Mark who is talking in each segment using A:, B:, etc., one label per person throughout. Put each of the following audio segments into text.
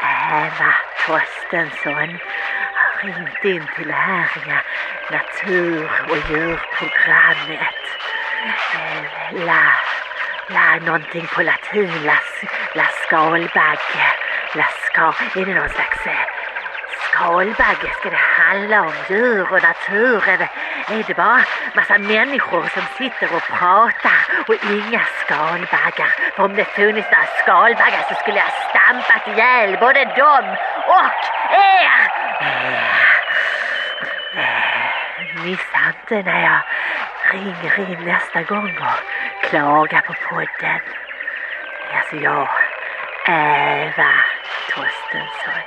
A: Eva Torstensson har ringt in till härliga natur och djurprogrammet. Eh, La, la någonting på latin, la, la skalbagge. La ska, är det någon slags eh, skalbagge? Ska det handla om djur och natur eller är det bara massa människor som sitter och pratar och inga skalbaggar? För om det funnits några skalbaggar så skulle jag stampat ihjäl både dem och er! Missa inte när jag ringer in nästa gång och klagar på podden. Alltså jag, Eva Torstensson.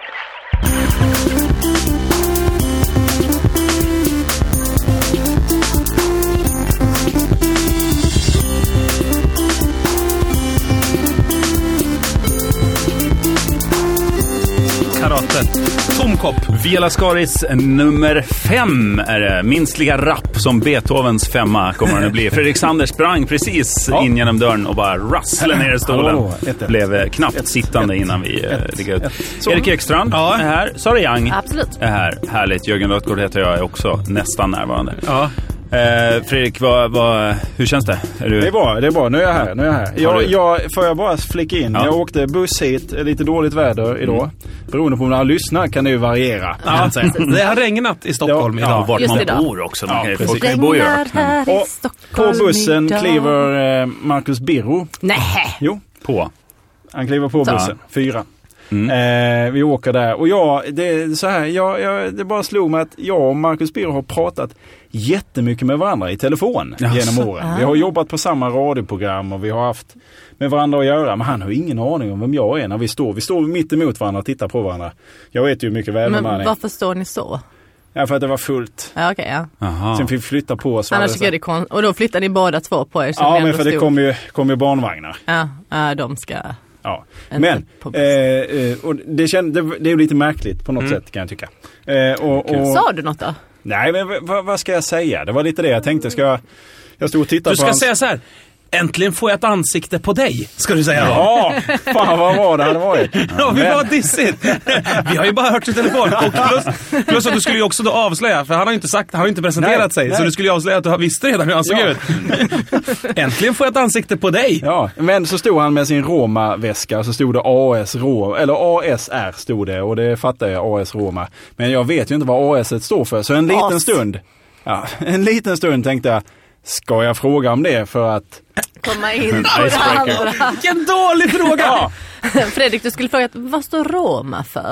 B: Karate. Tomkopp.
C: Viola Skaris nummer fem är det. Minst lika rapp som Beethovens femma kommer den att bli. Fredrik Sander sprang precis
B: Ja.
C: in genom dörren och bara rasslade ner i stolen.
B: Hallå, ett, ett.
C: Blev eh, knappt sittande innan vi eh, ligger ut.
B: Så.
C: Erik Ekstrand
B: Ja.
C: är här. Sara Young
D: Absolut.
C: är här. Härligt. Jörgen Rötgård heter jag, är också nästan närvarande.
B: Ja.
C: Eh, Fredrik, vad, vad, hur känns det? Är du...
E: Det är bra, det är bra. Nu är jag här. Nu är jag här.
C: Har
E: Jag,
C: du-
E: jag, får jag bara flika in?
C: Ja.
E: Jag åkte buss hit, lite dåligt väder idag. Beroende på när han lyssnar kan det ju variera.
B: Ja, det har regnat i Stockholm
E: Ja,
C: Ja,
B: idag.
C: vart
D: Just
C: man
D: idag.
C: bor också. Man kan ju-
B: precis.
C: folk kan ju bo i örat.
D: här
E: Och på bussen
D: idag.
E: kliver eh, Marcus Birro.
D: Nej.
E: Jo,
C: På.
E: han kliver på bussen. Fyra. Eh, vi åker där och jag, det är så här, jag, jag, det bara slog mig att jag och Marcus Birro har pratat jättemycket med varandra i telefon
C: Jaså.
E: genom åren. Vi
D: Ah.
E: har jobbat på samma radioprogram och vi har haft med varandra att göra. Men han har ju ingen aning om vem jag är när vi står. Vi står mitt emot varandra och tittar på varandra. Jag vet ju mycket väl
D: Men
E: vem han är.
D: varför står ni så?
E: Ja, för att det var fullt.
D: Ja, okej, ja.
C: Jaha.
E: Sen fick vi flytta på oss. Alltså,
D: Annars tycker jag det är konstigt. Och då flyttar ni båda två på er. så
E: Ja,
D: ni
E: men
D: ändå
E: för det
D: stod-
E: kom ju, kom ju barnvagnar.
D: Ja, ja, de ska...
E: Ja.
D: Inte
E: Men
D: på
E: eh, eh, och det, känd, det, det är ju lite märkligt på något
B: Mm.
E: sätt kan jag tycka. Eh, och, och,
D: Sa du något då?
E: nej, men v- vad- vad ska jag säga? Det var lite det jag tänkte. Ska jag, jag stod och
B: Du
E: tittade på
B: ska
E: hans...
B: säga så här. Äntligen får jag ett ansikte på dig, ska du säga. Ja.
E: Ja, fan vad bra det hade varit.
B: Ja, vi
E: Men-
B: var dissigt. Vi har ju bara hört i telefon. Och plus, plus att du skulle ju också då avslöja, för han har ju inte sagt, han har ju inte presenterat
E: Nej,
B: sig. Så
E: nej.
B: du skulle ju avslöja att du visste redan hur han såg
E: Ja.
B: ut. Äntligen får jag ett ansikte på dig.
E: Ja, men så stod han med sin Roma-väska så stod det AS Roma, eller ASR stod det och det fattar jag, AS Roma. Men jag vet ju inte vad AS står för, så en liten
D: As.
E: stund, ja, en liten stund tänkte jag, ska jag fråga om det för att
D: Komma
E: Mm,
D: in på det andra.
B: Vilken dålig fråga!
D: Fredrik, du skulle fråga vad står Roma för?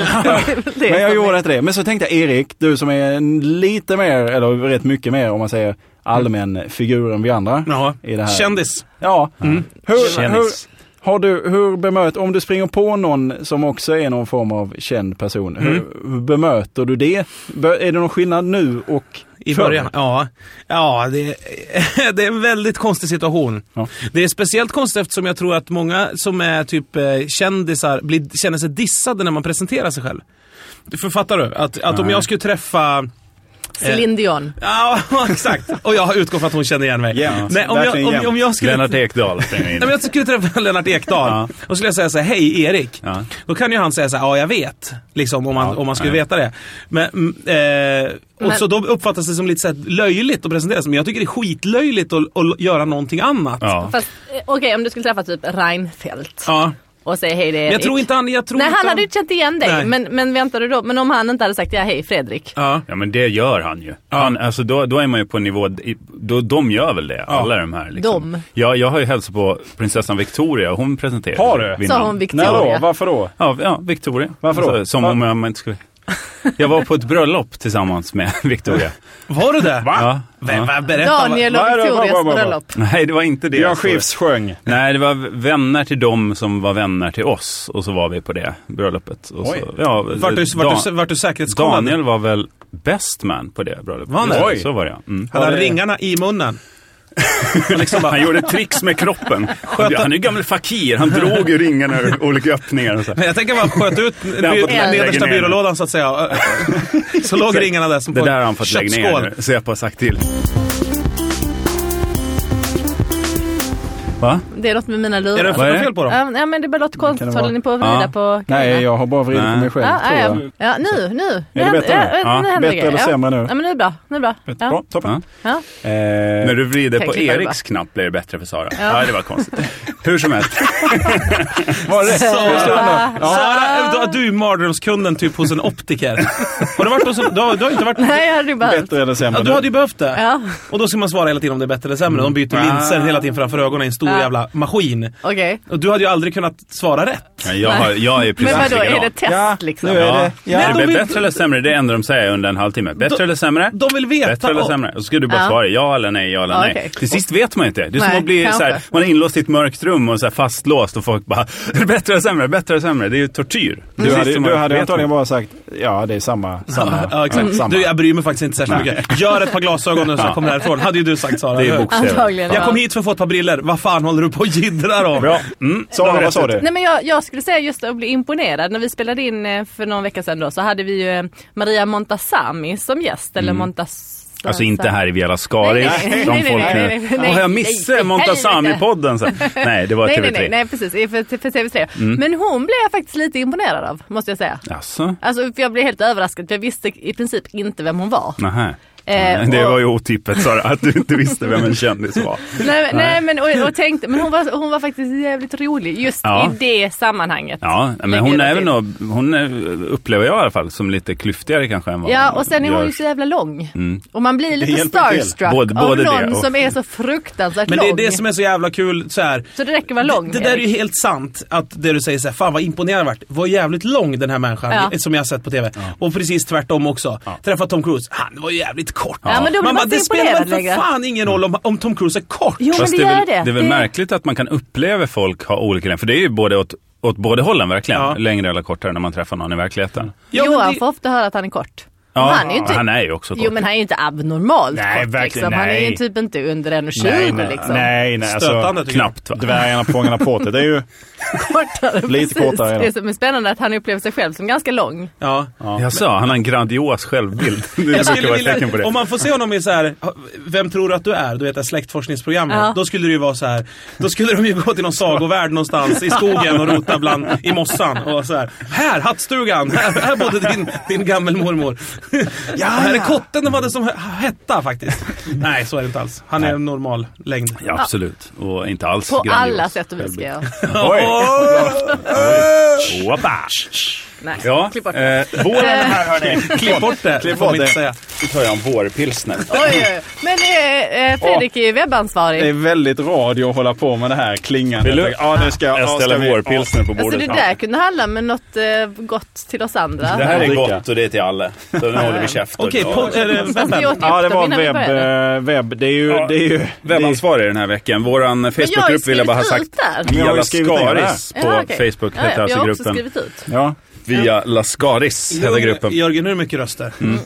D: Det är
E: Men jag
D: som
E: gjorde
D: är-
E: inte det. Men så tänkte jag Erik, du som är en lite mer, eller rätt mycket mer om man säger allmän figur än vi andra.
B: Ja,
E: I det här.
B: kändis. Mm.
E: Ja. Hur, hur,
C: Kändis.
E: har du, hur bemöter, om du springer på någon som också är någon form av känd person, hur,
B: Mm.
E: hur bemöter du det? Bör, är det någon skillnad nu och
B: I
E: förr?
B: början, ja. Ja, det, det är en väldigt konstig situation.
E: Ja.
B: Det är speciellt konstigt eftersom jag tror att många som är typ eh, kändisar blir, känner sig dissade när man presenterar sig själv. För fattar du? Att, att om jag skulle träffa...
D: Céline Dion.
B: Ja, exakt. Och jag utgår från att hon känner igen mig.
E: Jämt.
B: Nej, om, jag,
E: Verkligen
B: om,
E: jämt.
B: om jag skulle...
C: Lennart Ekdal springer in.
B: Nej, men jag skulle träffa Lennart Ekdahl
C: Ja.
B: och skulle jag säga så här, hej Erik.
C: Ja.
B: Då kan ju han säga så här, ja jag vet. Liksom om man, om man skulle veta det. Men, mm, eh, och
D: Men-
B: så då uppfattas det som lite så här löjligt att presentera sig. Men jag tycker det är skitlöjligt att, att göra någonting annat.
C: Ja.
D: Fast eh, okej, om du skulle träffa typ Reinfeldt
B: Ja.
D: och säga hej det är
B: Men
D: Erik.
B: jag tror inte han... Jag tror
D: Nej,
B: inte
D: han hade ju inte känt igen dig.
B: Nej.
D: Men, men väntar du då? Men om han inte hade sagt ja, hej Fredrik.
B: Ja.
C: Ja men det gör han ju. Han, alltså då, då är man ju på en nivå, i- då, de gör väl det, alla de här. Liksom.
D: De.
C: Ja, jag har ju hälsat på prinsessan Victoria och hon presenterade
E: Har du?
C: vinnaren.
D: Sa hon
E: När då?
D: Victoria.
E: Varför då?
C: Ja, ja, Victoria. Alltså,
E: Varför då?
C: som om jag man inte skulle... Jag var på ett bröllop tillsammans med Victoria.
B: Var du det?
C: Ja,
B: Vem,
C: ja.
B: vem, berätta. vad-
D: Daniel och
E: Vad är det?
D: Victorias
E: Vad- vad- vad-
D: bröllop.
C: Nej, det var inte det. alltså-
E: Björn
C: jag såg.
E: Skifs sjöng.
C: Nej, det var vänner till dem som var vänner till oss och så var vi på det bröllopet. Och
E: Oj.
C: så, ja,
B: Vart du,
C: Dan-
B: vart du, vart du säkerhetskollad?
C: Daniel var väl best man på det bröllopet.
B: Var han det?
C: Så var det ja. mm.
B: Han hade
E: Ja, det-
B: ringarna i munnen.
C: han gjorde tricks med kroppen. Han är ju gammal fakir, han drog ju ringarna ur olika öppningar. Och så.
B: Men jag tänker bara sköt ut
C: har fått
B: by-
C: lägga
B: nedersta
C: ner.
B: byrålådan så att säga. Så låg ringarna där som
C: Det
B: på
C: där har
B: en
C: han fått lägga ner
B: köttskål.
C: nu, så jag har bara sagt till. Va?
D: Det är något med mina lurar.
B: Är det
C: Vad är
B: något
C: det?
B: fel på dem?
D: Ja, men- ja men det bara låter
E: Kan
D: konstigt.
E: det vara-
D: Håller ni på att vrida
C: Ja.
D: på grejerna?
E: Nej, jag har bara vridit på
C: Nej.
E: mig själv
D: Ja,
E: tror
D: ja,
E: jag.
D: ja. ja, nu, nu. nu
E: det
D: händer-
E: bättre nu?
D: ja, nu
C: Ja.
D: händer
E: Bättre eller
D: grejer.
E: sämre nu?
D: Ja, men nu är det bra. Nu är det bra. Ja.
E: Bra, toppen.
D: Ja.
E: Eh,
C: När du vrider
D: Kan
C: på
D: klippa det
C: Eriks knapp blir det bättre för Sara. Ja, det var konstigt. Hur som helst.
E: var det rätt?
B: Sara, Sara du- du är mardrömskunden typ hos en optiker. Har du varit hos en, du, har, du har inte varit...
D: Nej, jag hade ju behövt.
E: Bättre eller sämre?
B: Ja, du hade ju behövt det.
D: Ja.
B: Och då ska man svara hela tiden om det är bättre eller sämre. De byter linser hela tiden framför ögonen i en stor
D: Ja.
B: jävla maskin.
D: Okej.
B: Och du hade ju aldrig kunnat svara rätt.
C: Ja, Jag, har, jag är precis
D: Men vadå, är
C: likadan.
D: det test
E: Ja,
D: liksom?
E: nu är-
C: Ja.
E: Ja.
C: Är
B: Men
C: det
B: de
C: blir
B: vill-
C: bättre eller sämre? Det är det enda de säger under en halvtimme. Bättre
B: De-
C: eller sämre?
B: De vill veta.
C: Bättre eller
B: om-
C: sämre? Och så ska du bara
D: Ja.
C: svara ja eller nej, ja eller
D: Ja,
C: nej.
D: okej.
C: Till sist vet man ju inte. Det är som
D: Nej,
C: att bli
D: kanske.
C: så här, man är inlåst i ett mörkt rum och så här fastlåst och folk bara "Är det bättre eller sämre, bättre eller sämre. Det är ju tortyr. Till
E: Du
C: sist
E: hade, du
C: så man
E: hade
C: vet
E: antagligen
C: man.
E: bara sagt ja, det är samma. samma.
B: Ja, exakt.
E: Samma.
B: Du, jag bryr mig faktiskt inte särskilt
E: Nej.
B: mycket. Gör ett par glasögon och så kommer härifrån. Hade ju du sagt Sara.
C: Det är
B: Hör.
C: bokstäver.
D: Antagligen.
B: Jag
D: ja.
B: kom hit för att få ett par briller. Vad fan håller du på och jiddrar om?
C: Bra. Mm.
E: Sara, vad sa du?
D: Nej men jag, jag skulle säga just att bli imponerad. När vi spelade in eh, för någon vecka sedan då så hade vi ju eh, Maria Montazami som gäst.
E: Mm.
D: Eller Montas...
C: Alltså inte här i Vela Skari,
D: Nej, nej, nej,
C: som
D: nej, nej,
C: folk
D: nej, nej,
C: nu...
D: nej, nej.
C: Åh, jag
D: Nej,
C: missade
D: nej,
C: Montazami-podden. så. Nej, det var
D: Nej, nej, nej,
C: TV3.
D: nej precis. För, för TV3.
E: Mm.
D: Men hon blev jag faktiskt lite imponerad av, måste jag säga.
C: Jaså?
D: Alltså för jag blev helt överraskad för jag visste i princip inte vem hon var.
C: Nähä.
D: Eh,
C: det
D: och-
C: var ju otippat Sara, att du inte visste vem en kändis var.
D: Nej, men- nej men och, och tänkte, men hon var, hon var faktiskt jävligt rolig just
C: Ja.
D: i det sammanhanget.
C: Ja, men
D: Lägger
C: hon
D: det
C: är väl
D: till.
C: nog, hon är, upplever jag i alla fall, som lite klyftigare kanske än vad
D: Ja och sen är hon ju
C: görs.
D: så jävla lång. Och man blir lite
E: hjälper till.
D: starstruck
C: Både- både
D: av
C: det
D: någon
C: och-
D: som är så fruktansvärt
B: Men det
D: lång.
B: är det som är så jävla kul så här.
D: Så det räcker att vara lång.
B: Det, det där är
D: Erik.
B: ju helt sant, att det du säger såhär, fan vad imponerande jag varit. Vad jävligt lång den här människan
D: Ja.
B: som jag har sett på TV. Och precis tvärtom också. Träffat Tom Cruise, han var jävligt kort.
D: Ja, men då blir man
B: bara,
D: inte
B: det spelar väl
D: imponerad
B: för
D: längre."
B: fan ingen roll om, om Tom Cruise är kort.
D: Jo men
C: Fast
D: det
C: det är
D: gör
C: väl,
D: det.
C: det är väl märkligt att man kan uppleva folk ha olika, för det är ju både åt, åt båda hållen verkligen,
B: Ja.
C: längre eller kortare när man träffar någon i verkligheten.
B: Ja, men
D: Johan
B: det-
D: får ofta höra att han är kort.
C: Ja,
D: han är ju inte...
C: han är ju också kort.
D: Jo men han är ju inte abnormalt
E: Nej,
D: kort
E: verkligen,
D: liksom. Han är ju
E: nej.
D: typ inte under 1,20
E: nej, nej,
D: liksom.
E: nej, nej.
B: Stötande
E: Alltså,
B: tycker jag.
C: Knappt va?
E: dvärgarna på Fångarna på fortet, det är ju...
D: Kortare,
E: Lite
D: precis.
E: kortare redan.
D: Det som är spännande är att han upplever sig själv som ganska lång.
B: Ja.
C: Jag sa, han har en grandios självbild. Det
B: Jag
C: brukar
B: skulle
C: vara ett tecken på
B: vilja,
C: det.
B: om man får se honom i så här, vem tror du att du är? Du vet det här släktforskningsprogrammet.
D: Ja.
B: Då skulle det ju vara så här, då skulle de ju gå till någon sagovärld någonstans i skogen och rota bland, i mossan och så här. Här, hattstugan! Här, här bodde din, din gammelmormor. här är kotten de hade som he- hetta faktiskt. Nej, så är det inte alls. Han är en normal längd.
C: Ja, absolut. Och inte alls
D: På
C: grandios.
D: alla sätt och vis ska jag.
E: Oj!
C: Opa.
D: Nej,
C: Ja,
D: klipp bort.
C: eh, våren är här hörni.
B: Klipp bort det,
E: Klipp
B: får
E: bort
B: man
E: det.
B: inte säga.
C: Nu tar jag en vårpilsner.
D: Oj, oj, oj. Men eh, eh, Fredrik är ju
E: Det är
D: webbansvarig.
E: väldigt radio att hålla på med det här klingandet.
C: Vill du?
E: Ja, det ska,
C: Jag
E: ja,
C: ställer
E: ska vi-
C: vårpilsner på
D: Alltså
C: bordet.
D: det där kunde handla med något eh, gott till oss andra.
C: Det här är
E: Dricka.
C: gott och det är till alla. Så nu håller vi käften.
B: Okej,
C: Ja.
B: po- eh,
D: Fast
B: vem-
D: vi åt
E: Ja, det
D: upp dem
E: var
D: innan vi
E: webb,
D: började.
E: eh, webb. Det är ju...
C: Ja.
E: Det är ju det
C: Webbansvarig den här veckan. Våran
D: Men jag har ju
C: Facebookgrupp vill jag bara ha
D: skrivit
C: sagt.
D: ut
E: Men
D: där.
E: jag
C: Via
E: har ju skrivit in
C: Lascaris på
D: Ja, okej.
C: Facebook
D: Ja, ja,
C: heter alltså
D: Jag har också
C: gruppen.
D: skrivit ut.
E: är- ja.
C: Via Lascaris heter gruppen.
B: Jörgen, hur mycket röster?
D: Mm.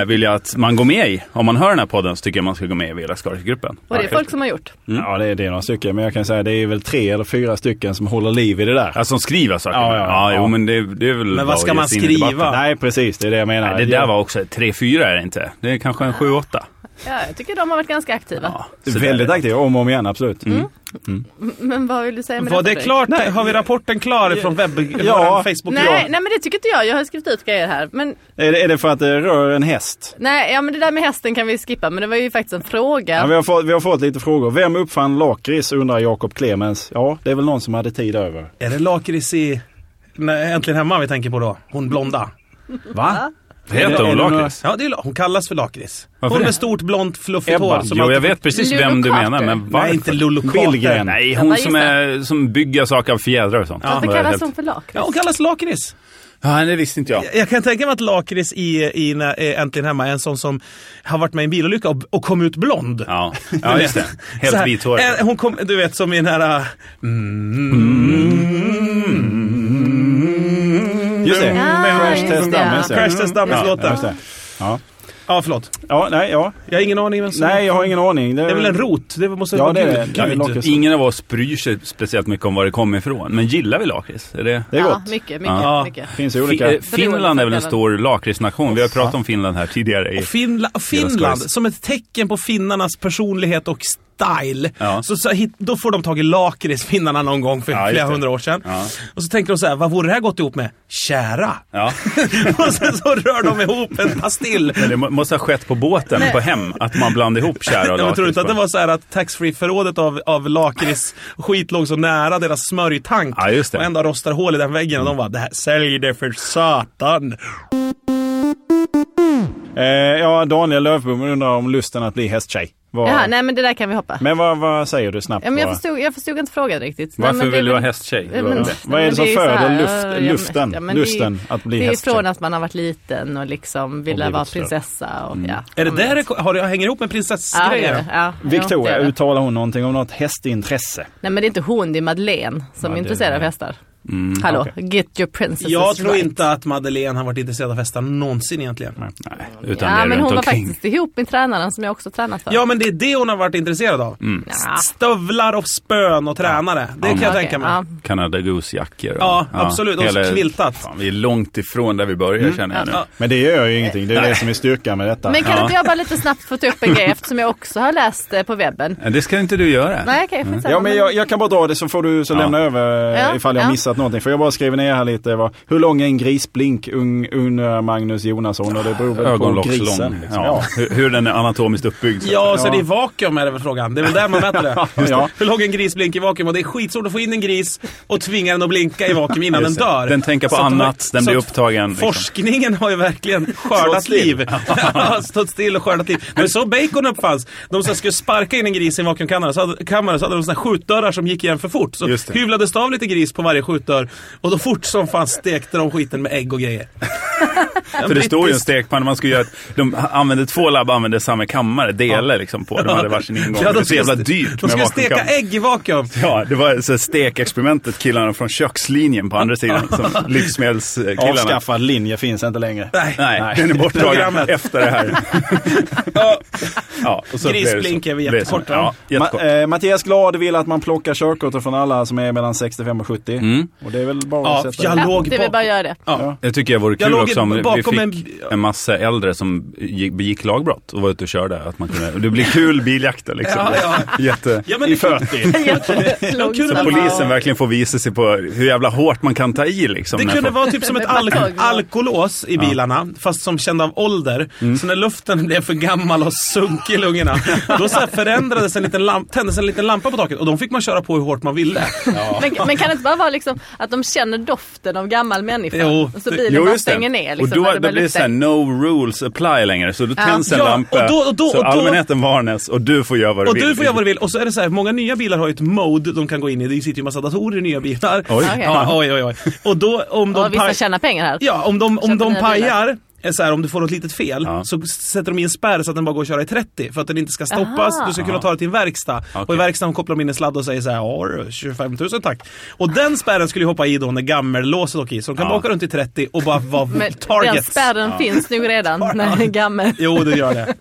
C: Eh, vill jag att man går med i. Om man hör den här podden så tycker jag man ska gå med i via Lascaris-gruppen.
D: Och det är folk som har gjort.
E: ja, det är, det är några stycken. Men jag kan säga det är väl tre eller fyra stycken som håller liv i det där.
C: Ja, som Alltså, skriver saker.
E: Ja, ja, ja.
C: jo, men det, det är väl
B: Men vad
C: bara
B: ska
C: att ge
B: man
C: sig in i debatten.
B: skriva?
E: Nej, precis. Det är det jag menar.
C: Nej, det där var också 3-4 är det inte. Det är kanske en 7-8.
D: Ja, jag tycker de har varit ganska aktiva.
C: Ja, så
E: Väldigt
C: där.
E: aktiv, om och om igen, absolut.
D: Men vad vill du säga med
B: Var
D: detta,
B: det
D: Fredrik?
B: klart? Har vi rapporten klar från webb...
E: Ja.
B: Ja. facebook
D: Nej, nej, men det tycker inte jag. Jag har skrivit ut grejer här. Men
E: Är, det, är det för att det rör en häst?
D: nej, ja, men det där med hästen kan vi skippa. Men det var ju faktiskt en fråga.
E: Ja, vi, har fått, vi har fått lite frågor. Vem uppfann lakrits undrar Jakob Clemens. Ja, det är väl någon som hade tid över.
B: Är det lakrits i Nej, Äntligen Hemma vi tänker på då? Hon blonda.
E: Va?
C: Heter
E: Är
C: hon
E: det några-
C: Lakrits?
B: Ja, det är, la- hon kallas för lakrits.
C: Varför
B: Hon
C: det?
B: med stort blont fluffigt
E: Ebba.
B: hår. Som
C: Jo,
B: alltid-
C: jag vet precis
D: Lulu
C: vem du
D: Carter.
C: menar, men varför?
B: Nej, inte Lolo
E: Billgren.
B: Carter. Nej.
C: Nej,
D: Jag
C: hon
D: bara
C: som, är, som bygger saker av fjädrar och sånt.
D: Fast det
C: Hon var
D: kallas
C: helt-
D: som för lakrits.
B: Ja, hon kallas lakrits.
C: Ja, det visste inte jag.
B: Jag kan tänka mig att lakrits i, i, när- eh, Äntligen Hemma är en sån som har varit med i en bilolycka och, och kom ut blond.
C: Ja, ja just det.
B: Så här,
C: Helt vithårig.
B: eh, Hon kom, du vet, som i den här... äh,
E: Mm. Mm. Just det.
D: Ah,
E: Crash
D: just
E: Test
D: det, ja.
E: Dummies. ja.
B: Crash Test
E: Ja,
B: Dummies-låten.
E: just det. Ja.
B: Ja, förlåt.
E: ja, nej, ja.
B: Jag har ingen aning vem som...
E: Nej, jag har ingen aning.
B: Det är väl en rot? Det måste
E: Ja,
B: vara
E: det är
B: gud.
E: det. Ja,
B: Gud.
E: lakrits.
C: Ingen av oss bryr sig speciellt mycket om var det kommer ifrån, men gillar vi lakrits? Är det...
E: Det är
D: ja,
E: gott.
D: mycket, mycket,
C: Ja.
D: mycket.
E: Det finns
C: Fi-
E: olika.
C: eh, Finland är väl en stor lakritsnation? Vi har pratat om Finland här tidigare.
B: Och
C: I...
B: Finla- Finland,
C: skojs.
B: som ett tecken på finnarnas personlighet och s- style.
C: Ja.
B: Så, så, hit- då får de tag i lakrits, finnarna, någon gång för
C: Ja, just
B: flera
C: det.
B: hundra år sedan.
C: Ja.
B: Och så tänker de så här, vad vore det här gått ihop med? Kära.
C: Ja.
B: och sen så rör de ihop en pastill.
C: Men det må- måste ha skett på båten på hem, att man blandade ihop kära och
B: Ja, men tror du inte att det
C: lakrits på-
B: var så här att taxfree-förrådet av, av lakrits skit låg så nära deras smörjtank
C: Ja, just det.
B: och ändå rostar hål i den väggen och de bara det här, sälj det för satan.
E: Eh, ja, Daniel Löfbom undrar om lusten att bli hästtjej. Vad-
D: Jaha, nej men det där kan vi hoppa.
E: Men vad, vad säger du snabbt
D: Ja, men jag,
E: bara?
D: förstod, jag förstod inte frågan riktigt. Nej,
C: Varför
D: men det är
C: vill du
D: väl-
C: vara hästtjej? Det
D: Ja,
C: var
D: men-
C: det.
D: nej,
E: Vad är det
D: men
E: som
D: ju så
E: föder
D: här,
E: luft-
D: ja, men-
E: luften?
D: men
E: Lusten
D: det är, ju-
E: att bli
D: Det är ju
E: hästtjej.
D: från att man har varit liten och liksom ville
E: blivit Mm.
D: vara
E: större.
D: prinsessa. Och, ja.
B: Är det
D: Ja,
B: där
D: men-
B: det, har det hänger ihop med
D: Ja, det
B: prinsessgrejer?
D: gör det. Ja, jo, det
E: Victoria,
D: gör det.
E: uttalar hon någonting om något hästintresse?
D: Nej men det är inte hon, det är Madeleine som
E: Ja,
D: är
E: det- Mm,
D: intresserad av hästar. Hallå,
E: okej.
D: get your princesses
B: jag tror
D: right.
B: inte att Madeleine har varit intresserad av hästar någonsin egentligen.
C: Nej, utan det
D: Ja
C: är
D: men
C: runt
D: hon var
C: omkring.
D: faktiskt ihop med tränaren som jag också tränat för.
B: Ja men det är det hon har varit intresserad av.
D: Ja.
B: Stövlar och spön och tränare. Det kan jag
D: okej,
B: tänka mig.
D: Mm. ja.
C: Canada Goose-jackor. och-
B: Ja, absolut. Och så
C: hela-
B: kviltat.
C: Fan, vi är långt ifrån där vi börjar
D: Mm.
C: känner jag nu.
B: Ja.
E: Men det gör ju ingenting. Det är det som är styrkan med detta.
D: Men kan
C: Ja.
D: inte jag bara lite snabbt få ta upp en grej eftersom jag också har läst eh, på webben.
C: Men Det ska inte du göra.
D: Nej okej, skitsamma.
E: Ja, men jag, jag kan bara dra det så får du så
C: Ja.
E: lämna över eh,
D: Ja,
E: ifall jag
D: ja.
E: missat någonting. För jag bara skriver ner här lite. Vad, hur lång är en grisblink un, un Magnus Jonasson? Och det beror väl på grisen.
C: Ögonlockslång.
E: Liksom.
C: Ja. Hur, hur den är anatomiskt uppbyggd. så att
B: Ja,
C: säga.
B: så det är vakuum är det väl frågan. Det är väl där man mäter det.
E: Just det.
B: Hur låg en gris blinkar i vakuum? Och det är skitsvårt att få in en gris och tvinga den att blinka i vakuum innan den
C: Just det.
B: dör.
C: Den tänker på
B: Så att de-
C: annat, den
B: så
C: blir
B: att
C: upptagen, liksom.
B: Forskningen har ju verkligen skördat
E: Stått still.
B: liv. Ja, Stått still och skördat liv. Men så bacon uppfanns. De som skulle sparka in en gris i en vakuumkammare så hade, kammare, så hade de såna här skjutdörrar som gick igen för fort. Så
C: Just det.
B: hyvlades det av lite gris på varje skjutdörr och då fort som fan stekte de skiten med ägg och grejer.
C: För det står ju en stekpanna, man skulle göra att de använde två labb använde samma kammare, delar liksom på. De hade varsin ingång. det var så jävla dyrt
B: De
C: med
B: skulle steka
C: vakuumkammare.
B: ägg i vakuum.
C: Ja, det var så här stekexperimentet, killarna från kökslinjen på andra sidan, som livsmedelskillarna.
E: Avskaffad linje finns inte längre.
B: Nej.
C: Nej,
E: Nej.
C: den är borttagen
B: Programmet.
C: efter det här.
B: Ja.
C: Ja, och så blev det så.
B: Grisblinken, vi är
C: Blev
B: jättekort,
C: så. Ja,
B: va?
C: jättekort.
E: Ma- eh, Mattias Glad vill att man plockar körkortet från alla som är mellan 65 och 70.
C: Mm.
E: Och det är väl bara
B: Ja,
E: att sätta
B: jag
E: det.
B: låg
D: det vill
B: bak-
D: bara göra det.
B: Ja.
C: Det tycker jag vore
B: Jag
C: kul
B: låg
C: också om vi
B: bakom
C: fick
B: en-
C: en... massa äldre som gick, begick lagbrott och var ute och körde. Att man kunde, det blir kul biljakter liksom.
B: Ja, ja.
C: Jätte...
B: Ja, men
E: I
B: det-
E: 40.
B: kunde
D: Långsamma.
B: väl-
C: Polisen verkligen får visa sig på hur jävla hårt man kan ta i liksom.
B: Det
C: när
B: kunde
C: folk-
B: vara typ som ett alk- alkolås i bilarna, fast som kände av ålder. Så när luften blev för gammal och sunkig i lungorna, då så här förändrades en liten lamp- tändes en liten lampa på taket och de fick man köra på hur hårt man ville.
D: Men, men kan det inte bara vara liksom att de känner doften av gammal människa?
B: Jo,
D: så
B: det-
D: bilen
C: Jo,
D: bara
C: just
D: stänger
C: det.
D: ner. Liksom, när
C: och då,
D: det börjar
C: då blir det
D: lukta.
C: så här no rules apply längre. Så då
D: Ja.
C: tänds en
B: Ja,
C: lampa.
B: och då- och då-
C: så
B: och då-
C: allmänheten varnas och du får göra vad du
B: Och
C: vill.
B: du får göra vad du vill. Och så är det så här, många nya bilar har ju ett mode de kan gå in i. Det sitter ju massa datorer i nya bilar.
C: Oj.
D: Okej.
B: Ja, oj, oj, oj. Och då om de...
D: Och vissa
B: paj-
D: tjänar pengar här.
B: Ja, om de, om
D: Köper
B: de
D: nya bilar.
B: pajar, är så här, om du får något litet fel,
C: Ja.
B: så sätter de i en spärr så att den bara går att köra i 30 för att den inte ska stoppas.
D: Aha.
B: Du ska kunna ta det till en verkstad. Och i verkstaden kopplar de in en sladd och säger så här, ja du, 25 000 tack. Och den spärren skulle ju hoppa i då när gammellåset åker i, så de kan
C: Ja.
B: bara åka runt i 30 och bara vara
D: Men den
B: targets.
D: spärren finns nog redan när den är gammal.
B: Jo, det gör det.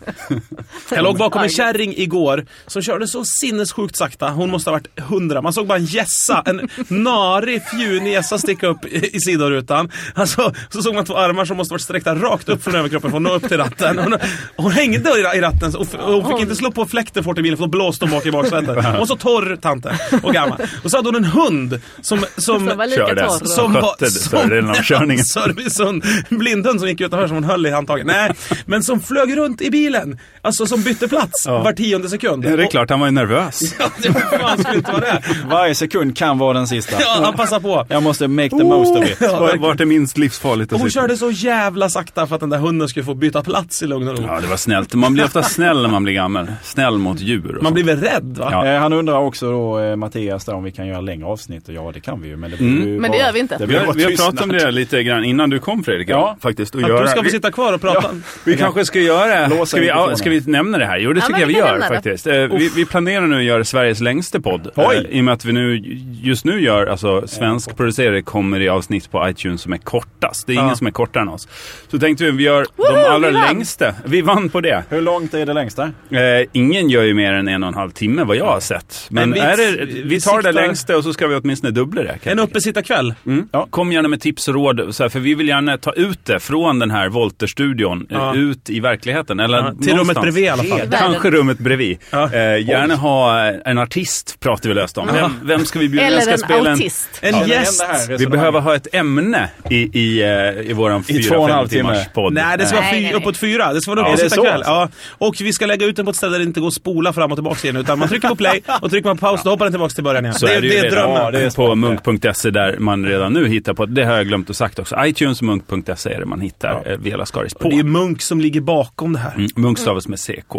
B: Jag låg bakom en
D: Target.
B: kärring igår som körde så sinnessjukt sakta. Hon måste ha varit 100. Man såg bara en gässa, en narig fjunjässa sticka upp i i sidorutan. Alltså, så såg man två armar som måste varit sträckta rakt upp från överkroppen för att nå upp till ratten. Hon, hon hängde i ratten och f- och hon fick inte slå på fläkten fort i bilen för då blåste hon bak i baksätet. Hon var så torr, tanten, och gammal. Och så hade hon en hund som... som
D: Som var lika
C: Kör det.
D: torr.
B: som
C: Skötte
B: var,
C: större delen av körningen.
B: Servicehund, blindhund som gick utanför som hon höll i handtaget. Nej, men som flög runt i bilen. Alltså som bytte plats var tionde sekund.
C: Ja, det är klart, han var ju nervös.
B: Och, det var fan skulle inte vara det.
E: Varje sekund kan vara den sista.
B: Ja, han passar på.
E: Jag måste make the most of it.
B: Ja,
C: Var- Vart är minst livsfarligt att
B: Och hon
C: sitta?
B: körde så jävla sakta för att den där hunden skulle få byta plats i lugn och ro.
C: Ja, det var snällt. Man blir ofta snäll när man blir gammal. Snäll mot djur. och
B: Man
C: sånt.
B: blir väl rädd va?
C: Ja.
E: Eh, Han undrar också då, eh, Mattias, där, om vi kan göra längre avsnitt. Och ja, det kan vi ju. Men det, blir ju
D: Men det
E: bara-
D: gör vi inte.
E: blir
C: Mm. Vi har,
E: bara
C: vi har
E: tystnad.
C: pratat om det lite grann innan du kom Fredrik.
E: Ja.
C: faktiskt. Och
B: Att du
C: göra.
B: ska få
C: vi,
B: sitta kvar och prata.
C: vi kanske ska göra...
E: Låsa
C: Ska vi,
E: mikrofonen.
C: ja, ska vi nämna det här? Jo, det
D: Ja,
C: tycker
D: men
C: jag vi
D: vi kan
C: gör
D: nämna det.
C: faktiskt. Eh, vi, vi planerar nu att göra Sveriges längsta podd.
E: Oj!
C: Eh, I och med att vi nu just nu gör, alltså svensk producerare kommer i avsnitt på iTunes som är kortast. Det är
B: Ja.
C: ingen som är kortare än oss. Så tänkte vi vi gör
D: Woho,
C: de allra
D: vi vann.
C: längsta. Vi vann på det.
E: Hur långt är det längsta?
C: Eh, ingen gör ju mer än en och en halv timme vad jag har sett. Men,
B: Men vi-
C: är det, vi
B: vi
C: tar det
B: siktar-
C: längsta och så ska vi åtminstone dubbla det. kanske.
B: En uppesittarkväll.
C: Ja. Kom gärna med tips och råd, så här, för vi vill gärna ta ut det från den här Volterstudion eh,
B: Ja.
C: ut i verkligheten. Eller
B: Ja, till
C: någonstans.
B: rummet bredvid i alla fall.
C: Kanske rummet bredvid.
B: Ja.
C: Eh, gärna ha en artist, pratar vi löst om. Vem, vem ska vi bjuda? Vem
D: Eller
C: ska
D: en
C: spela
D: autist.
B: En
E: Ja, det
B: gäst.
E: enda här
C: Vi
E: resonemanget.
C: behöver ha ett ämne i, i, eh, i vår
E: två och en halv timme.
C: 4-5 timmars podd.
B: Nej, det ska vara
D: Nej,
B: fy-
D: nej, nej.
B: uppåt fyra. Det ska vara
C: Ja,
B: en
C: det är
E: så
B: uppesittarkväll. Ja, och vi ska lägga ut den på ett ställe där det inte går att spola fram och tillbaka igen. Utan man trycker på play och trycker man paus, då hoppar den tillbaka till början igen.
C: Så
B: det,
C: är det ju
B: det är
C: redan
B: drömmen.
E: Ja, det är
C: på munk.se där man redan nu hittar på, det har jag glömt att sagt också, iTunes och munk.se är det man hittar ja. Vela Skaris på.
B: Det är Munk som ligger bakom det här.
C: Mm, Munk stavas med CK.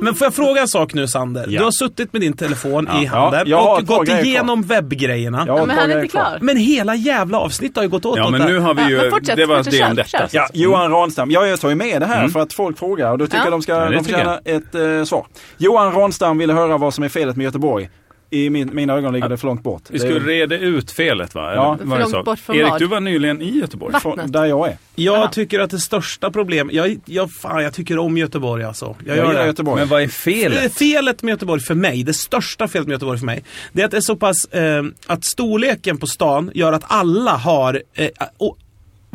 B: Men får jag fråga en sak nu Sander?
C: Ja.
B: Du har suttit med din telefon i handen
E: Ja, jag har
B: och
E: ett par
B: gått
E: grejer kvar.
B: igenom webbgrejerna.
E: Jag har
D: Men
E: ett par
D: han är
E: grejer
D: inte
E: kvar.
D: klar.
B: Men hela jävla avsnitt har ju gått åt
C: Ja
B: åt
C: men
B: det.
C: nu har vi
D: Ja,
C: ju,
D: men fortsätt,
C: det var
D: fortsätt,
C: det om
D: kör,
C: detta. Mm.
D: kör.
E: Ja, Johan Ranstam. Ja, jag tar ju med det här för att folk frågar och då tycker
D: Ja.
E: jag de ska
C: Ja, det
E: de
C: tycker
E: förtjäna ett eh, svar. Johan Ranstam ville höra vad som är felet med Göteborg. I min, mina ögon ligger det för långt bort.
C: Vi
E: Det är
C: skulle reda ut felet va?
E: Ja.
C: Eller
D: För
C: vad du
D: långt
C: sa?
D: bort från
C: Erik,
D: vad?
C: du var nyligen i Göteborg.
D: Va?
E: från där jag är.
B: Jag
D: Aha.
B: tycker att det största problemet... Jag, jag, fan, jag tycker om Göteborg alltså. Jag,
E: Jag
B: gör
E: gillar
B: det.
E: Göteborg.
C: Men vad är felet?
B: Eh, Felet med Göteborg för mig, det största felet med Göteborg för mig, det är att det är så pass eh, att storleken på stan gör att alla har eh, å,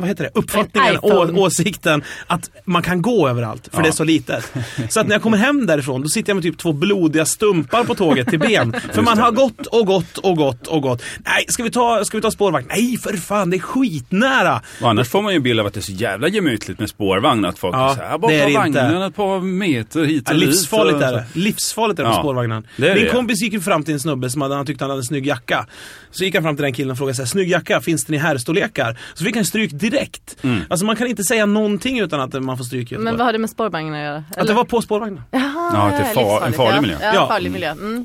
B: vad heter det?
D: En
B: uppfattningen och
D: iPhone.
B: åsikten att man kan gå överallt för
C: Ja.
B: det är så litet. Så att när jag kommer hem därifrån då sitter jag med typ två blodiga stumpar på tåget till ben. För man har gått och gått och gått och gått. Nej, ska vi ta, ska vi ta spårvagn? Nej, för fan, det är skitnära.
C: Och annars får man ju bild av att det är så jävla gemytligt med spårvagn. Att folk
B: Ja,
C: är så här, här borta
B: det är det
C: har
B: inte.
C: vagnen ett par meter hit
B: Ja,
C: och dit.
B: livsfarligt
C: och-
B: är det. Livsfarligt är det på
C: alltså. Ja,
B: spårvagnen.
C: det är
B: Min
C: det.
B: kompis gick ju fram till en snubbe som hade, han tyckte han hade en snygg jacka. Så gick han fram till den killen och frågade så här, snygg jacka, finns den i herrstorlekar? Så fick han stryk direkt.
C: Mm.
B: Alltså man kan inte säga någonting utan att man får stryk i
D: Men
B: Göteborg.
D: vad har det med spårvagnen att göra?
B: Att det var på spårvagnen.
D: Jaha,
C: Ja, att det är fa- en
D: livsfarligt,
C: farlig
D: ja.
C: miljö.
D: Ja,
B: Ja.
D: farlig miljö. Mm.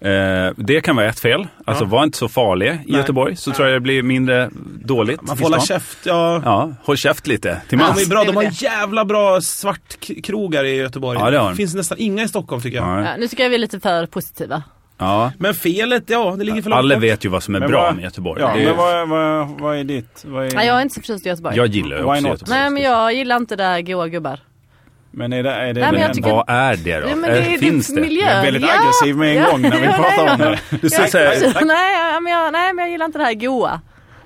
C: Eh, det kan vara ett fel. Alltså var inte så farlig i Göteborg så tror jag det blir mindre dåligt.
B: Man
C: i
B: får hålla
C: stan.
B: käft. Ja.
C: Ja, håll käft lite till
B: De är
C: mans.
B: bra, de
D: Det är
B: har jävla bra svartkrogar i Göteborg.
C: Ja, det har de.
B: finns nästan inga i Stockholm tycker jag.
C: Ja.
D: Ja, nu tycker jag vi är lite för positiva.
C: Ja.
B: Men felet, ja det ligger för långt
C: Alla
B: bort.
C: vet ju vad som är
E: Men
C: bra
E: vad-
C: med Göteborg.
E: Ja,
C: Det är-
E: men vad, vad, vad är ditt? Vad är,
D: Nej, jag är inte så förtjust i Göteborg.
C: Jag gillar ju
E: Why
C: också
E: not?
C: Göteborg.
D: Nej men jag gillar inte där goa gubbar.
E: Men är det, är det
D: Nej, men jag
E: den-
D: tycker-
C: Vad är det då?
D: Nej, men det
C: Eh,
D: är- det är
C: Finns det?
D: miljö.
E: Jag är väldigt
D: Ja,
E: aggressiv med en
D: ja,
E: gång när vi
D: ja,
E: pratar
D: nej,
E: om det.
C: Du ska säga,
D: Alltså, nej, ja, men jag, nej men jag gillar inte det här goa.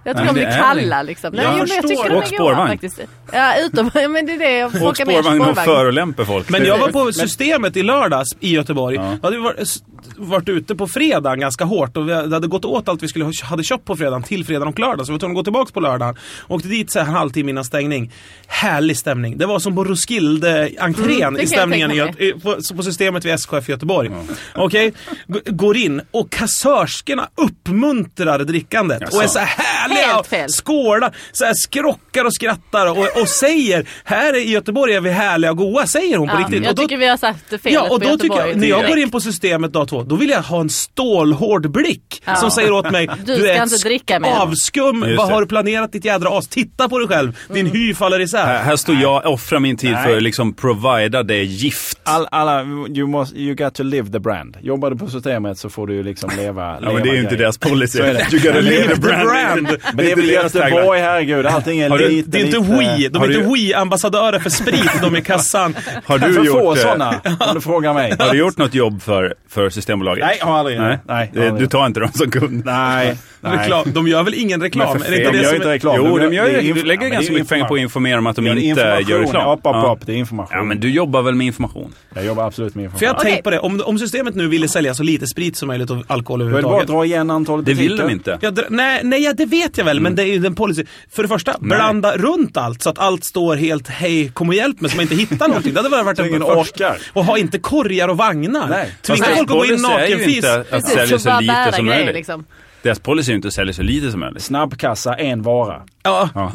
D: Jag tycker
C: men
D: om det,
C: det är
D: kalla liksom. Nej,
C: Jag
D: men jag
C: förstår.
D: tycker de
C: Och
D: är goa
C: spårvagn.
D: faktiskt. Ja utom, ja, men det är det jag får
C: åk
D: åka med
C: spårvagn och
D: spårvagn.
C: förolämpa folk.
B: Men
C: Det-
B: jag var på Systemet i lördags i Göteborg.
C: Ja.
B: Jag hade varit, s- varit ute på fredagen ganska hårt och vi hade det hade gått åt allt vi skulle, ha- hade köpt på fredagen till fredagen och lördagen. Så vi var tvungna att gå tillbaka på lördagen. Åkte dit så här en halvtimme innan stängning. Härlig stämning. Det var som på Roskilde-entrén
D: Mm, det
B: i
D: kan jag
B: stämningen i,
D: tänka
B: Gö- i- på, på Systemet vid SKF i Göteborg. Okej? G- Går in och kassörskorna uppmuntrar drickandet och är
C: Jaså.
B: så här härliga
D: Helt
B: och
D: fel.
B: skålar, så här skrockar och skrattar och, och säger här i Göteborg är vi härliga och goa, säger hon på
D: Ja,
B: riktigt.
D: jag
B: och då,
D: tycker vi har satt felet
B: ja, och
D: på
B: då tycker
D: Göteborg.
B: jag, när jag
D: direkt.
B: går in på systemet dag två, då vill jag ha en stålhård blick
D: Ja.
B: som säger åt mig
D: Du ska
B: är
D: inte
B: ett
D: dricka mer."
B: avskum,
C: Just
B: vad
C: det.
B: har du planerat ditt jädra as? Titta på dig själv,
D: Mm.
B: din hy faller
C: Här,
B: isär.
C: här står jag och offrar min tid för att liksom provida det gift.
E: All, alla, you, must, you got to live the brand. Jobbar du på systemet så får du ju liksom leva.
C: Ja,
E: leva
C: men det är ju inte
E: grejer.
C: deras policy.
E: Så är det.
C: You
B: Leave
C: gotta live
B: the
C: the
B: brand.
C: brand.
E: Men det är väl
C: deras tagline.
E: Göteborg, herregud. Allting är
C: Har du-
E: lite,
B: Det är inte
E: lite-
B: Wii, de
C: har
B: är inte
C: du-
B: Wii-ambassadörer för sprit de i kassan.
E: För
C: Har du
E: Alltså, få
C: gjort, eh,
E: sådana, om du frågar mig.
C: Har du gjort något jobb för, för Systembolaget?
E: Nej, har aldrig.
C: Nej.
E: Nej,
C: Eh, Du tar inte dem som kund?
E: Nej, nej.
B: Reklam. De gör väl ingen reklam?
C: Men för
B: Är det inte
C: fan,
E: de
B: det
E: gör
B: som
E: inte
B: är-
E: reklam.
C: Jo, de gör,
E: Det är
C: ju-
E: inf-
C: du lägger
E: ja, men det
C: ganska
E: är
C: mycket pengar på att informera om att de
E: Ja, det är
C: inte gör
E: information.
C: reklam.
E: Upp, upp,
C: Ja.
E: upp. Det är information.
C: ja, men du jobbar väl med information?
E: Jag jobbar absolut
B: För
E: med information.
B: jag har
D: Okej.
B: tänkt på det, om, om systemet nu ville sälja så lite sprit som möjligt och alkohol
E: Då är det bara att
B: överhuvudtaget.
E: dra igen antalet
C: Det vill de
E: butiker.
C: inte. Mm.
B: Ja, dr- nej, nej ja, det vet jag väl, men det är ju den policy. För det första, blanda runt allt så att allt står helt hej, kom och hjälp mig, så man inte hittar någonting. Det hade väl varit
E: Så ingen
B: en först-
E: orkar.
B: Och ha inte korgar och vagnar.
E: Nej.
B: Tvinga
C: Fast
B: folk att gå in
C: deras policy är ju
B: nakenfis.
C: inte att
D: Precis,
C: sälja
D: så
C: så
D: bara
C: lite
D: bära
C: som
D: grejer,
C: möjligt.
D: liksom.
C: Deras policy är ju inte att sälja så lite som möjligt. Mm.
E: Snabbkassa, en vara.
B: Ja.
C: Ja,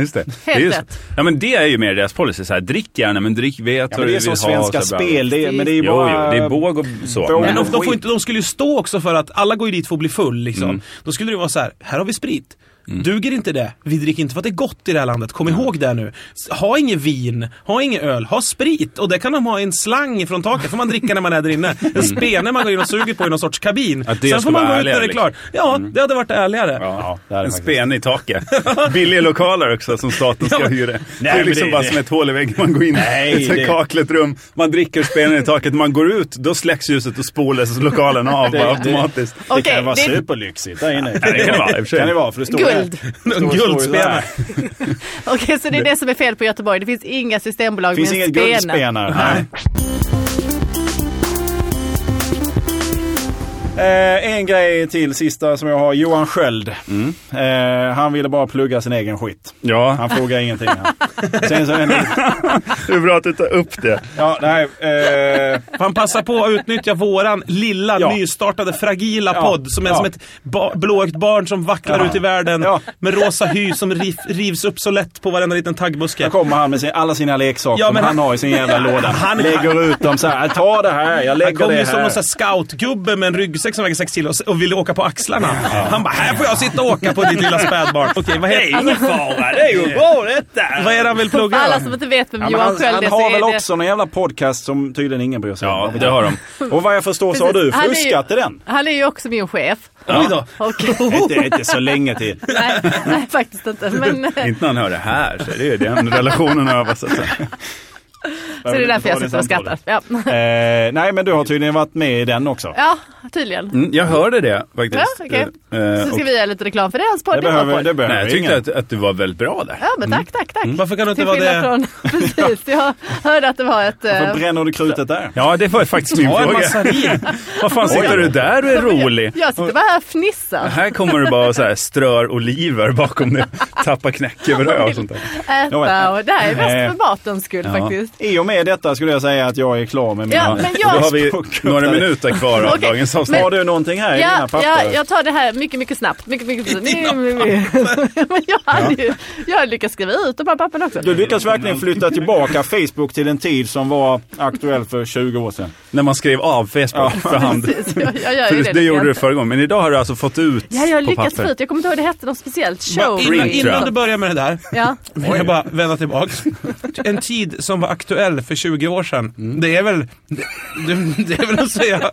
C: just det. det är ju så.
D: rätt.
C: Ja, men det är ju mer deras policy. Så här, drick gärna, men drick vet
E: Ja,
C: vad
E: men
C: du
E: det är
C: vill ha.
E: som Svenska
C: och så bla, bla.
E: Spel, det är, men det är ju
C: Jo, jo,
E: bara...
C: det är båg och så.
E: båg.
C: Men,
B: Men de, de,
E: skit.
C: Mm.
B: får inte, de skulle ju stå också för att alla går ju dit för att bli full liksom. Då skulle det vara så här, här har vi sprit. Duger inte det? Vi dricker inte för att det är gott i det här landet. Kom ihåg det nu. S- Ha inget vin, ha ingen öl, ha sprit. Och det kan de ha i en slang från taket. får man dricka när man är där inne. En spene man går in och suger på i någon sorts kabin.
C: Att Mm. det
B: Sen får
C: skulle
B: man
C: vara
B: gå ut när
C: ärligare, liksom. Mm.
B: det är klart. Ja, det hade varit ärligare.
E: Ja, det hade
C: en
E: faktiskt-
C: spen i taket. Billiga lokaler också som staten ska
B: Ja, men-
C: hyra. det
E: men
C: är
E: det-
C: liksom bara
E: det-
C: som ett hål i väggen man går in
E: Nej,
C: i. Ett
E: det-
C: det... kakligt rum. Man dricker spenen i taket. Man går ut, då släcks ljuset och spolas lokalen av
E: Det-
C: bara
E: det-
C: automatiskt.
E: Det
D: Okej,
E: kan vara
D: det-
E: superlyxigt där inne.
C: det kan det vara, i och för sig.
E: Kan det vara, för det står
D: Guld.
B: En guldspene.
D: Okej, så det är det som är fel på Göteborg. Det finns inga systembolag
E: Det finns
D: med en
E: inget
D: spene.
E: guldspenar. Nej. Eh, en grej till sista som jag har. Johan Sköld.
C: Mm.
E: Eh, han ville bara plugga sin egen skit.
C: Ja,
E: Han frågar ingenting. Han. Sen så en,
C: det är bra att du tar upp det.
E: ja, nej, eh,
B: Han passar på att utnyttja våran lilla
E: Ja.
B: nystartade fragila
E: Ja.
B: podd som är
E: Ja.
B: som ett ba- blåögt barn som vacklar
E: Ja.
B: ut i världen
E: Ja.
B: med rosa hy som rif- rivs upp så lätt på varenda liten
E: Där
B: taggbuske.
E: kommer han med sin, alla sina leksaker
B: Ja,
E: som
B: men
E: han
B: han-
E: har i sin jävla låda.
B: Han-
E: lägger ut dem så här. Ta det här, jag
B: Han
E: lägger
B: kom
E: det
B: ju som
E: här.
B: någon sån här scoutgubbe med en ryggsäck som väger 6 kilo och ville åka på axlarna. Han bara, här får jag sitta och åka på ditt lilla spädbarn. Okej, vad heter han?
D: Alltså-
C: fara, det är ju bra detta.
B: Vad är det han vill plugga
D: Alla
B: då?
D: som inte vet vem
E: Ja, men
D: Johan
E: han,
D: Sköld
E: han
D: är
E: har
D: så
E: väl
D: är det...
E: också någon jävla podcast som tydligen ingen bryr sig
C: Ja,
E: om.
C: det har de.
E: Och vad jag förstår så har du
D: Precis. Han är ju-
E: fuskat i den.
D: Han är ju också min chef.
B: Oj då.
D: Och,
C: Oh!
E: Inte, inte så länge till.
D: nej, nej, faktiskt inte. Men,
C: Inte när han hör det här, så är det ju den relationen övas. Alltså.
D: så det är därför jag sitter och skrattar. Ja,
E: Eh, nej, men du har tydligen varit med i den också.
D: ja tydligen.
C: Mm, jag hörde det faktiskt.
D: Ja, okej.
C: Eh,
D: Så
C: och-
D: ska vi göra lite reklam för det, hans podd.
E: Det
D: är vår
E: behöver,
D: podd.
E: det behöver
C: Nej, jag tyckte
E: ingen.
C: att, att du var väldigt bra där.
D: Ja, men tack, tack, tack.
B: Mm. Varför kan det inte
D: Till
B: vara det?
D: skillnad från... Precis, jag hörde att det var ett... eh,
E: Varför bränner du krutet där?
C: Ja, det var faktiskt min
B: Ha en
C: fråga.
B: massa vin.
C: Vad fan sitter du där och är rolig?
D: Jag sitter bara här och fnissar.
C: Här kommer du bara och så här strör oliver bakom dig, tappar knäckebröd och sånt där.
D: Äta och det här är
E: Eh.
D: mest för matens skull faktiskt.
E: I och med detta skulle jag säga att jag är klar med mina...
D: Ja, men
C: Då har
D: jag...
C: vi några minuter kvar av
D: Okej,
C: dagens avsnitt.
E: Har du någonting här i dina
D: Ja,
E: papper?
D: ja, jag tar det här mycket, mycket snabbt. Mycket, mycket snabbt. Men jag hade ju jag hade lyckats skriva ut de här papperna också.
E: Du lyckas verkligen flytta tillbaka Facebook till en tid som var aktuell för 20 år sedan.
C: När man skrev av Facebook för hand.
D: Precis, jag, jag gör ju
C: För
D: det.
C: det
D: lite
C: gjorde
D: grann.
C: du förra gången, men idag har du alltså fått ut
D: Ja, jag har
C: på
D: lyckats
C: papper.
D: förut. Jag kommer inte ihåg det hette något speciellt. Show.
B: Innan,
C: Ring, tror jag.
B: innan du börjar med det där.
D: Ja.
B: Vill jag bara vända tillbaks. En tid som var aktuell för 20 år sedan.
C: Mm.
B: Det är väl... Det, det är väl att säga...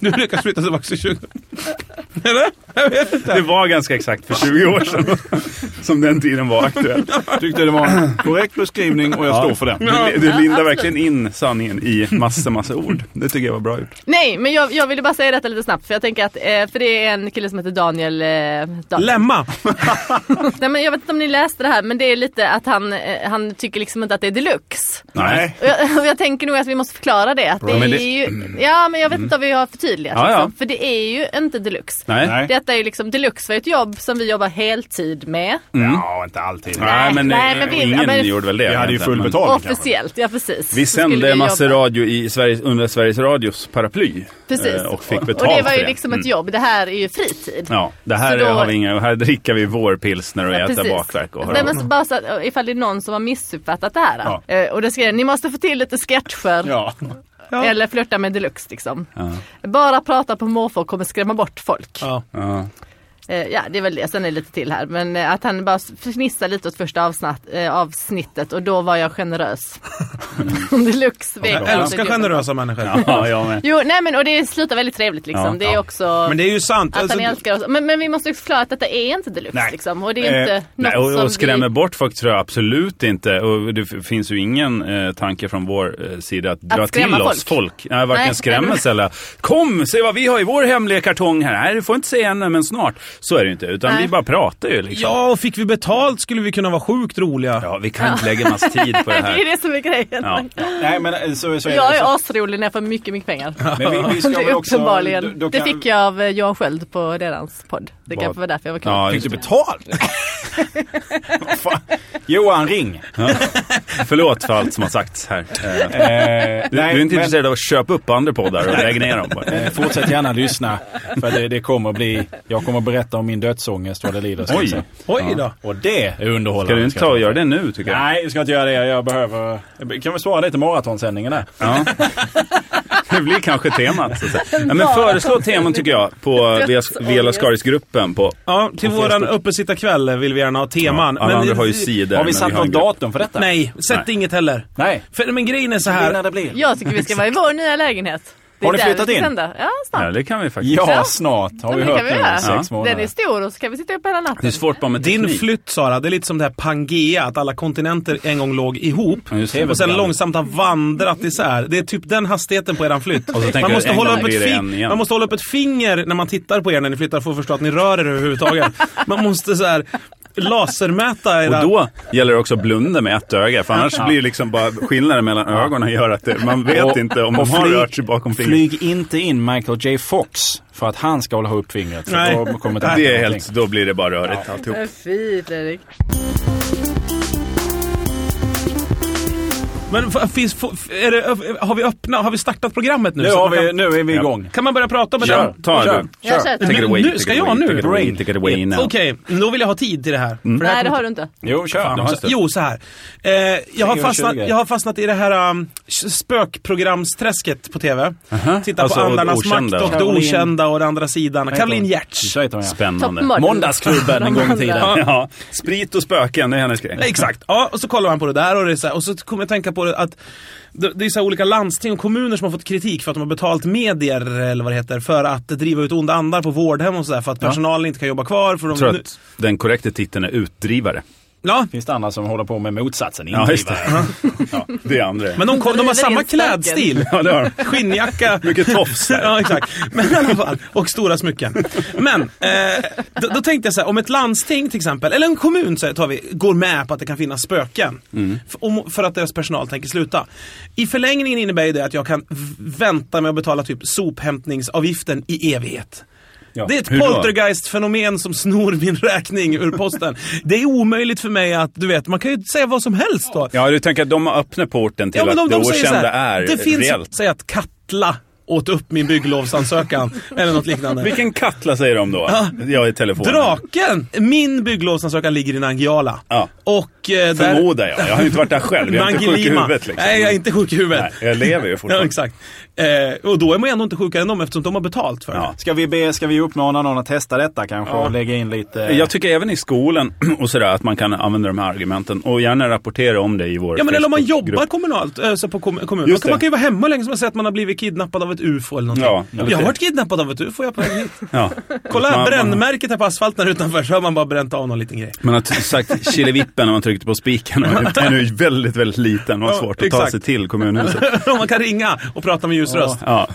B: Du lyckas flytta tillbaks till 20... Eller? Jag vet inte.
C: Det var ganska exakt för 20 år sedan som den tiden var aktuell.
E: Tyckte det var en korrekt beskrivning och jag står för den.
C: Du, du lindar
D: absolut.
C: verkligen in sanningen i massa, massa ord. Det tycker jag var bra gjort.
D: Nej, men jag, jag ville bara säga detta lite snabbt. För jag tänker att, eh, för det är en kille som heter Daniel... Eh, Daniel.
B: Lämma!
D: Nej, men jag vet inte om ni läste det här, men det är lite att han, eh, han tycker liksom inte att det är deluxe.
C: Nej.
D: Och jag, och jag tänker nog att vi måste förklara det. Att det
C: Ja, men
D: är
C: det- Mm.
D: ju, ja, men jag vet inte om vi har förtydligat.
C: Ja, ja.
D: Liksom, för det är ju inte deluxe.
C: Nej.
E: Nej.
D: Detta är ju liksom, deluxe var ju ett jobb som vi jobbar heltid med.
E: Ja, inte alltid.
C: Mm. Nej, men, eh,
D: Nej, men vi-
C: ingen
D: ja, men-
C: gjorde väl det.
E: Vi hade ju full
C: men-
E: betalning kanske.
D: Officiellt, ja precis.
C: Vi
D: Så skulle
C: sände massor
D: jobba.
C: radio i Sveriges, under Sveriges Radios paraply.
D: Precis.
C: eh, Och fick betalt
D: Och det var
C: för
D: ju
C: det.
D: liksom
C: Mm.
D: ett jobb. Det här är ju fritid.
C: Ja, det här
D: Så då-
C: har vi inga, här dricker vi vår pilsner och
D: Ja,
C: äter
D: precis.
C: bakverk och har
D: Nej,
C: roligt.
D: men så bara så att, ifall det är någon som har missuppfattat det här.
E: Ja.
D: eh, Och då skrev jag, ni måste få till lite sketcher.
E: Ja.
D: Eller flörta med deluxe liksom. Bara prata på måfå kommer skrämma bort folk.
B: Ja.
C: Ja.
D: Eh, ja, det är väl det. Sen är det lite till här. Men eh, att han bara fnissade lite åt första avsnatt, eh, avsnittet och då var jag generös. Deluxe vek
B: Jag älskar generösa människor.
C: Ja, jag med.
D: Jo, nej men och det slutar väldigt trevligt liksom.
C: Ja,
D: det är
C: ja.
D: också
B: Men det är ju sant.
D: att
B: Alltså,
D: han älskar oss. Men, men vi måste också klara att detta är inte deluxe
E: Nej.
D: liksom. Och det är inte
E: Eh,
D: något
C: Nej, och,
D: som
C: och skrämmer
D: vi...
C: bort folk tror jag absolut inte. Och det f- finns ju ingen eh, tanke från vår eh, sida att dra till
D: skrämma
C: oss
D: folk.
C: folk. Nej, varken
D: Nej.
C: skrämmes eller kom, se vad vi har i vår hemliga kartong här. Nej, du får inte se ännu, men snart. Så är det ju inte, utan
D: Nej.
C: vi bara pratar ju liksom.
B: ja, och fick vi betalt skulle vi kunna vara sjukt roliga.
C: Ja, vi kan inte lägga massa tid på det
D: det är
C: här.
D: det som är grejen.
C: Ja.
E: Nej, men eh, så, så är
D: Jag
E: det. Så-
D: är asrolig när jag får mycket, mycket pengar.
E: Men vi, vi ska
D: Det
E: väl
D: är
E: också,
D: uppenbarligen.
E: då- då
D: Det
E: kan-
D: fick jag av eh, Johan Sköld på deras podd. Det kanske var därför jag var kul.
C: Ja, just-
E: betalt? Vad fan? Johan, ring!
C: Förlåt för allt som har sagts här. Eh,
E: Eh,
C: Du, du är inte intresserad av att köpa upp andra poddar och lägga ner dem? bara.
E: men, eh, fortsätt gärna lyssna. För det, det kommer att bli... Jag kommer att berätta om min dödsångest vad det lider. ska jag
C: Oj.
E: säga.
B: Oj då.
E: Och det är underhållande.
C: Ska du inte ta och göra det nu tycker jag?
E: Nej, jag ska inte göra det. Jag behöver... Jag kan väl svara det till maratonsändningen där.
C: Ja. Det blir kanske temat. Så att säga. Ja, men föreslå teman tycker jag på Vela Skaris-gruppen. På,
B: Ja, till våran uppesittarkväll vill vi gärna ha teman.
C: alla andra har ju sidor.
E: Har vi
C: men
E: satt
C: har en
E: något
C: grupp.
E: datum för detta?
B: Nej, sätt
C: Nej.
B: inget heller.
E: Nej.
B: För, men grejen är så
E: Det är när
B: här.
E: det blir.
D: Jag tycker vi ska vara i vår nya lägenhet. Det är
E: Har ni
D: där vi
E: flyttat
D: ska
E: in?
D: sända. Ja,
C: Ja,
D: snart.
C: det kan vi faktiskt.
E: Ja, snart har vi
D: men det
E: hört
D: kan vi
E: nu.
D: göra.
E: Sex
C: Ja.
D: Den är
E: månader.
D: stor och så kan vi sitta upp hela
C: Det är
D: natten.
C: svårt bara med
B: Din
C: teknik.
B: flytt Sara, det är lite som det här Pangea, att alla kontinenter en gång låg ihop
C: Ja, just det.
B: och sen
C: Tv-program.
B: långsamt har vandrat isär. Det är typ den hastigheten på eran flytt.
C: så tänker
B: Man
C: du,
B: måste,
C: en
B: hålla
C: gång
B: upp ett
C: blir det
B: fi-
C: en igen.
B: man måste hålla upp ett finger när man tittar på er när ni flyttar för att förstå att ni rör er överhuvudtaget. Man måste så här lasermäta era...
C: Och då gäller det också att blunda med ett öga, för annars blir det liksom bara skillnaden mellan ögonen gör att det, man vet
E: Och-
C: inte om
E: och
C: de har
E: flyg-
C: rört sig bakom fingret.
E: Flyg inte in Michael J Fox för att han ska hålla upp fingret. För
B: Nej.
E: då kommer
C: Det är
E: hända
C: helt, då blir det bara rörigt alltihop.
D: Men Fy Fredrik.
B: Men f- finns, f- f- är det, har, vi öppna, har vi startat programmet nu?
E: Nu,
B: Så
E: har
B: man
E: vi,
B: Kan,
E: nu är vi igång.
B: kan man börja prata med
C: Kör,
B: den?
C: ta det du.
D: Jag kör.
C: Take it away,
B: Nu-
C: take
B: ska
C: it
B: jag
C: away,
B: nu?
C: Take it away, take it away now.
B: Okej, då vill jag ha tid till det här. För det här
D: Nej, det
B: kommer
D: har du inte.
E: Jo, kör.
C: Fan, just det.
B: Jo, så här. Eh, jag, har
E: 20.
B: fastnat, jag har fastnat i det här um, spökprogramsträsket på TV. Titta på
C: Alltså, och det
B: Andarnas
C: okända.
B: makt och
E: Caroline-
B: det okända och det andra sidan. Caroline Giertz.
E: Säg till mig.
C: Spännande.
D: Toppmodell.
E: Måndagsklubben en gång i tiden.
B: Ja.
C: Ja, sprit och spöken, det är hennes grej.
B: Exakt. Ja, och så kollar man på det där och, det är så här, och så kommer jag tänka på det att det, det är så här olika landsting och kommuner som har fått kritik för att de har betalt medier, eller vad det heter, för att driva ut onda andar på vårdhem och sådär. För att personalen inte kan jobba kvar. För de,
C: Jag tror att den korrekta titeln är utdrivare.
B: ja,
E: Finns det andra som håller på med motsatsen?
C: Ja, just det.
E: Indrivare.
C: Ja, det är andra.
B: men de, kom, de har
D: Driver
B: samma
D: in spöken.
B: klädstil.
C: Ja, det har de.
B: Skinnjacka.
C: Mycket tofs där.
B: ja, exakt. Men i alla fall, och stora smycken. Men eh, då, då tänkte jag så här, om ett landsting till exempel, eller en kommun så här, tar vi, går med på att det kan finnas spöken.
C: Mm.
B: F- om, för att deras personal tänker sluta. I förlängningen innebär ju det att jag kan v- vänta med att betala typ sophämtningsavgiften i evighet.
E: Ja.
B: Det är ett
C: Hur då?
B: poltergeist-fenomen som snor min räkning ur posten. Det är omöjligt för mig att, du vet, man kan ju säga vad som helst då.
C: Ja, du tänker att de öppnar porten till att det
B: säger så
C: okända
B: här,
C: är
B: Det finns,
C: reellt.
B: säg att Katla åt upp min bygglovsansökan eller något liknande.
C: Vilken kattla säger de då? Jag i telefonen.
B: Draken! Min bygglovsansökan ligger i Nangijala.
C: Ja.
B: Och eh, där...
C: Förmodar jag. Jag har ju inte varit där själv. Jag är inte sjuk i
B: Nangilima.
C: huvudet liksom.
B: Nej, jag är inte sjuk i huvudet.
C: Nej, jag lever ju
B: Ja,
C: fortfarande.
B: exakt. Eh, och då är man ju ändå inte sjukare än dem eftersom de har betalt för det.
C: Ja.
E: Ska vi, be, ska vi uppmana någon att testa detta kanske och lägga in lite...
C: Jag tycker även i skolan och sådär att man kan använda de här argumenten och gärna rapportera om det i vår
B: Ja men eller om man
C: Facebookgrupp.
B: jobbar kommunalt, eh, så på kom- kommun. Man
C: Just
B: kan, man
C: det.
B: kan ju vara hemma länge som man säger att man har blivit kidnappad av ett UFO eller någonting.
C: Ja, eller
B: jag har
C: det.
B: varit kidnappad av ett UFO, jag är på väg hit.
C: Ja.
B: Kolla
C: Man- man-
B: brännmärket här på asfalten här utanför så har man bara bränt av någon liten grej.
C: Man har t- sagt Killevippen när man tryckte på spiken. och Den är ju väldigt, väldigt liten och har
B: Ja,
C: svårt att ta
B: exakt.
C: sig till kommunhuset.
B: Om man kan ringa och prata med ljus röst.
C: Ja.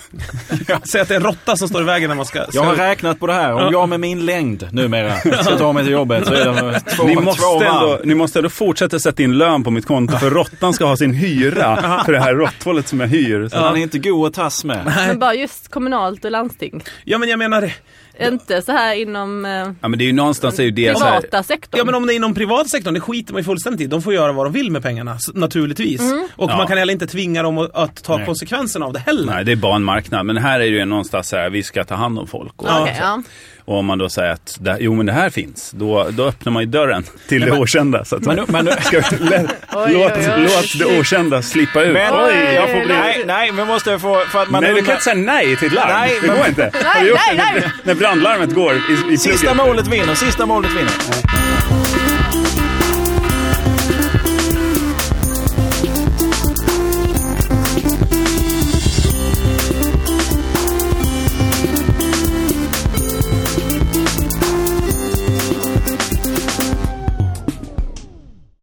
B: Säg att det är en råtta som står i vägen när man ska... ska
E: Jag har räknat på det här. Om jag med min längd numera ska ta mig till jobbet så är det två,
C: Ni,
E: två
C: måste
E: varv.
C: ändå, ni måste ändå fortsätta sätta in lön på mitt konto för råttan ska ha sin hyra för det här råtthålet som jag hyr. Så.
E: Han är inte god att tas med.
D: Men bara just kommunalt och landsting.
B: Ja men jag menar det.
D: Inte så här inom eh,
C: Ja, men det är ju någonstans är ju det så här,
D: privata sektorn.
B: Ja men om det är inom privatsektorn, det skiter man ju fullständigt i. De får göra vad de vill med pengarna, s- naturligtvis. Och
C: Ja.
B: man kan heller inte tvinga dem att, att ta
E: Nej.
B: konsekvenserna av det heller.
C: Nej, det är bara en marknad. Men här är det ju någonstans så här, vi ska ta hand om folk. Och,
D: Ja, okej, ja.
C: och om man då säger att det, jo, men det här finns, då, då öppnar man ju dörren till det okända. Så att,
E: Men, men,
C: Ska vi- lä-
D: Oj,
C: låt,
D: oj, oj.
C: låt det okända slippa ut.
E: men
D: Oj, jag får bli-
E: nej, nej, men måste jag få... För att man
C: nej, du
E: undrar-
C: kan inte säga nej till ett larm.
E: Nej,
C: det
E: men-
C: går inte. Har du
D: Nej,
C: gjort
D: nej,
C: det?
D: nej.
C: När brandlarmet går i, i
E: Sista
C: plugget.
E: målet vinner, sista målet vinner.